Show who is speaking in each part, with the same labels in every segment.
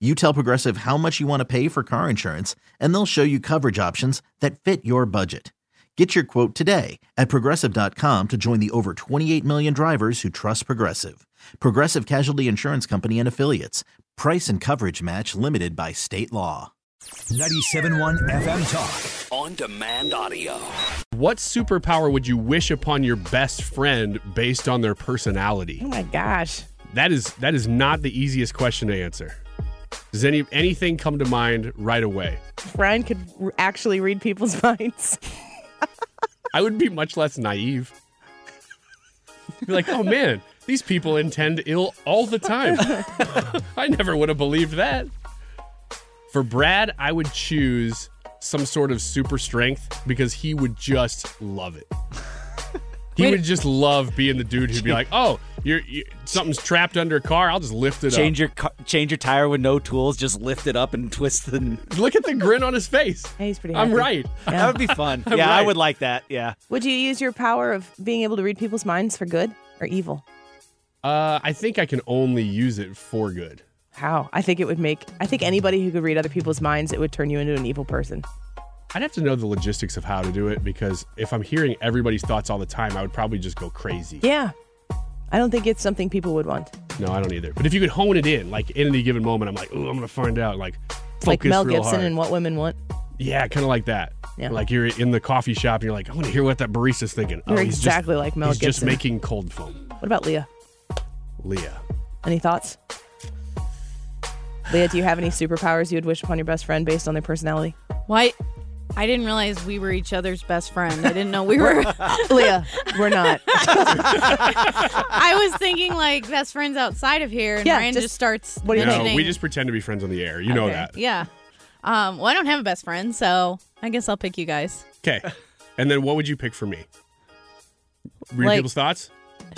Speaker 1: You tell Progressive how much you want to pay for car insurance, and they'll show you coverage options that fit your budget. Get your quote today at progressive.com to join the over 28 million drivers who trust Progressive. Progressive Casualty Insurance Company and Affiliates. Price and coverage match limited by state law.
Speaker 2: 97.1 FM Talk.
Speaker 3: On demand audio.
Speaker 4: What superpower would you wish upon your best friend based on their personality?
Speaker 5: Oh my gosh.
Speaker 4: That is that is not the easiest question to answer. Does any anything come to mind right away?
Speaker 5: Ryan could r- actually read people's minds.
Speaker 4: I would be much less naive. Be like, oh man, these people intend ill all the time. I never would have believed that. For Brad, I would choose some sort of super strength because he would just love it. He would just love being the dude who'd be like, "Oh, you're, you something's trapped under a car. I'll just lift it
Speaker 6: change your car, change your tire with no tools. Just lift it up and twist the.
Speaker 4: up." Look at the grin on his face.
Speaker 5: Hey, he's pretty
Speaker 4: I'm
Speaker 5: happy.
Speaker 4: right.
Speaker 6: That would be fun. yeah, I
Speaker 4: Right.
Speaker 6: would like that. Yeah,
Speaker 5: Would you use your power of being able to read people's minds for good or evil?
Speaker 4: Uh, I think I can only use it for good.
Speaker 5: How? I think it would make I think anybody who could read other people's minds, it would turn you into an evil person.
Speaker 4: I'd have to know the logistics of how to do it because if I'm hearing everybody's thoughts all the time, I would probably just go crazy.
Speaker 5: Yeah. I don't think it's something people would want.
Speaker 4: No, I don't either. But if you could hone it in, like in any given moment, I'm like, oh, I'm gonna find out. Like, focus
Speaker 5: like Mel
Speaker 4: real
Speaker 5: Gibson
Speaker 4: hard.
Speaker 5: and what women want.
Speaker 4: yeah, kind of like that.
Speaker 5: Yeah.
Speaker 4: Like you're in the coffee shop and you're like, I want to hear what that barista's thinking. Oh,
Speaker 5: You're
Speaker 4: he's just-
Speaker 5: exactly like Mel
Speaker 4: he's just
Speaker 5: Gibson.
Speaker 4: making cold foam.
Speaker 5: What about Leah?
Speaker 4: Leah.
Speaker 5: Any thoughts? Leah, do you have any superpowers you would wish upon your best friend based on their personality?
Speaker 7: Why? I didn't realize we were each other's best friend. I didn't know we were.
Speaker 5: Leah, we're not.
Speaker 7: I was thinking like best friends outside of here, and
Speaker 5: Yeah,
Speaker 7: Ryan
Speaker 5: just-
Speaker 7: just, starts.
Speaker 5: what do you
Speaker 4: No,
Speaker 7: mentioning-
Speaker 4: we just pretend to be friends on the air. You know
Speaker 7: Okay,
Speaker 4: that.
Speaker 7: Yeah. Um, well, I don't have a best friend, so I guess I'll pick you guys.
Speaker 4: Okay. and then what would you pick for me? Read
Speaker 7: Like-
Speaker 4: people's thoughts.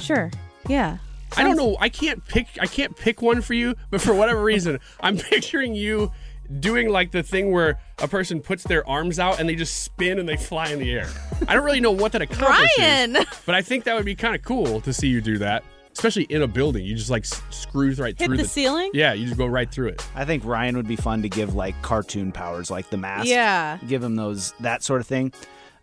Speaker 7: Sure. Yeah.
Speaker 4: I don't know. I can't pick. I can't pick one for you. But for whatever reason, I'm picturing you doing like the thing where a person puts their arms out and they just spin and they fly in the air. I don't really know what that accomplishes.
Speaker 7: Ryan!
Speaker 4: But I think that would be kind of cool to see you do that, especially in a building. You just like s- screws right
Speaker 7: Hit
Speaker 4: through
Speaker 7: the ceiling?
Speaker 4: Yeah, you just go right through it.
Speaker 6: I think Ryan would be fun to give like cartoon powers, like the mask.
Speaker 7: Yeah.
Speaker 6: give him those that sort of thing.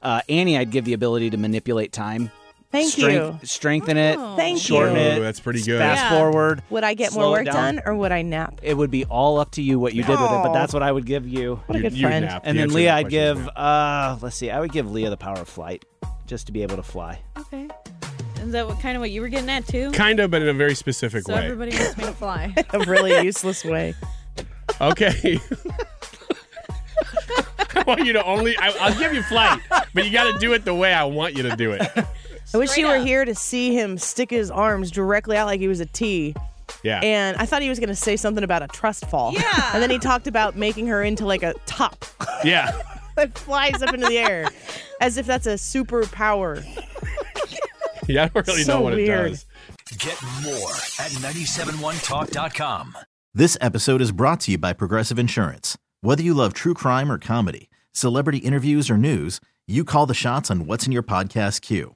Speaker 6: Uh, Annie, I'd give the ability to manipulate time.
Speaker 5: Thank
Speaker 6: Strength-
Speaker 5: you.
Speaker 6: Strengthen it.
Speaker 7: Oh.
Speaker 5: Thank
Speaker 6: shorten
Speaker 5: you.
Speaker 6: it.
Speaker 4: Ooh, that's pretty good.
Speaker 6: Fast
Speaker 7: Yeah.
Speaker 6: forward.
Speaker 5: Would I get
Speaker 6: slow
Speaker 5: more
Speaker 6: it
Speaker 5: work
Speaker 6: down.
Speaker 5: done or would I nap?
Speaker 6: It would be all up to you what you did with it, but
Speaker 5: Oh.
Speaker 6: that's what I would give you.
Speaker 5: What a
Speaker 4: You-
Speaker 5: good
Speaker 4: you would
Speaker 5: friend.
Speaker 4: nap.
Speaker 6: And
Speaker 4: The
Speaker 6: then
Speaker 4: answer to
Speaker 6: Leah,
Speaker 4: that
Speaker 6: I'd
Speaker 4: question is
Speaker 6: give.
Speaker 4: nap.
Speaker 6: Uh, let's see. I would give Leah the power of flight, just to be able to fly.
Speaker 7: Okay. Is that what kind of what you were getting at too?
Speaker 4: kind of, but in a very specific
Speaker 7: So
Speaker 4: way.
Speaker 7: everybody wants me to fly.
Speaker 5: a really useless way.
Speaker 4: Okay. I want you to only. I, I'll give you flight, but you got to do it the way I want you to do it.
Speaker 5: I wish you
Speaker 7: Straight
Speaker 5: were
Speaker 7: up.
Speaker 5: here to see him stick his arms directly out like he was a T.
Speaker 4: Yeah.
Speaker 5: And I thought he was going to say something about a trust fall.
Speaker 7: Yeah.
Speaker 5: And then he talked about making her into like a top
Speaker 4: yeah.
Speaker 5: that flies up into the air as if that's a superpower.
Speaker 4: Yeah, I don't really
Speaker 5: So
Speaker 4: know what it
Speaker 5: weird.
Speaker 4: does.
Speaker 2: Get more at 971talk.com.
Speaker 1: This episode is brought to you by Progressive Insurance. Whether you love true crime or comedy, celebrity interviews or news, you call the shots on what's in your podcast queue.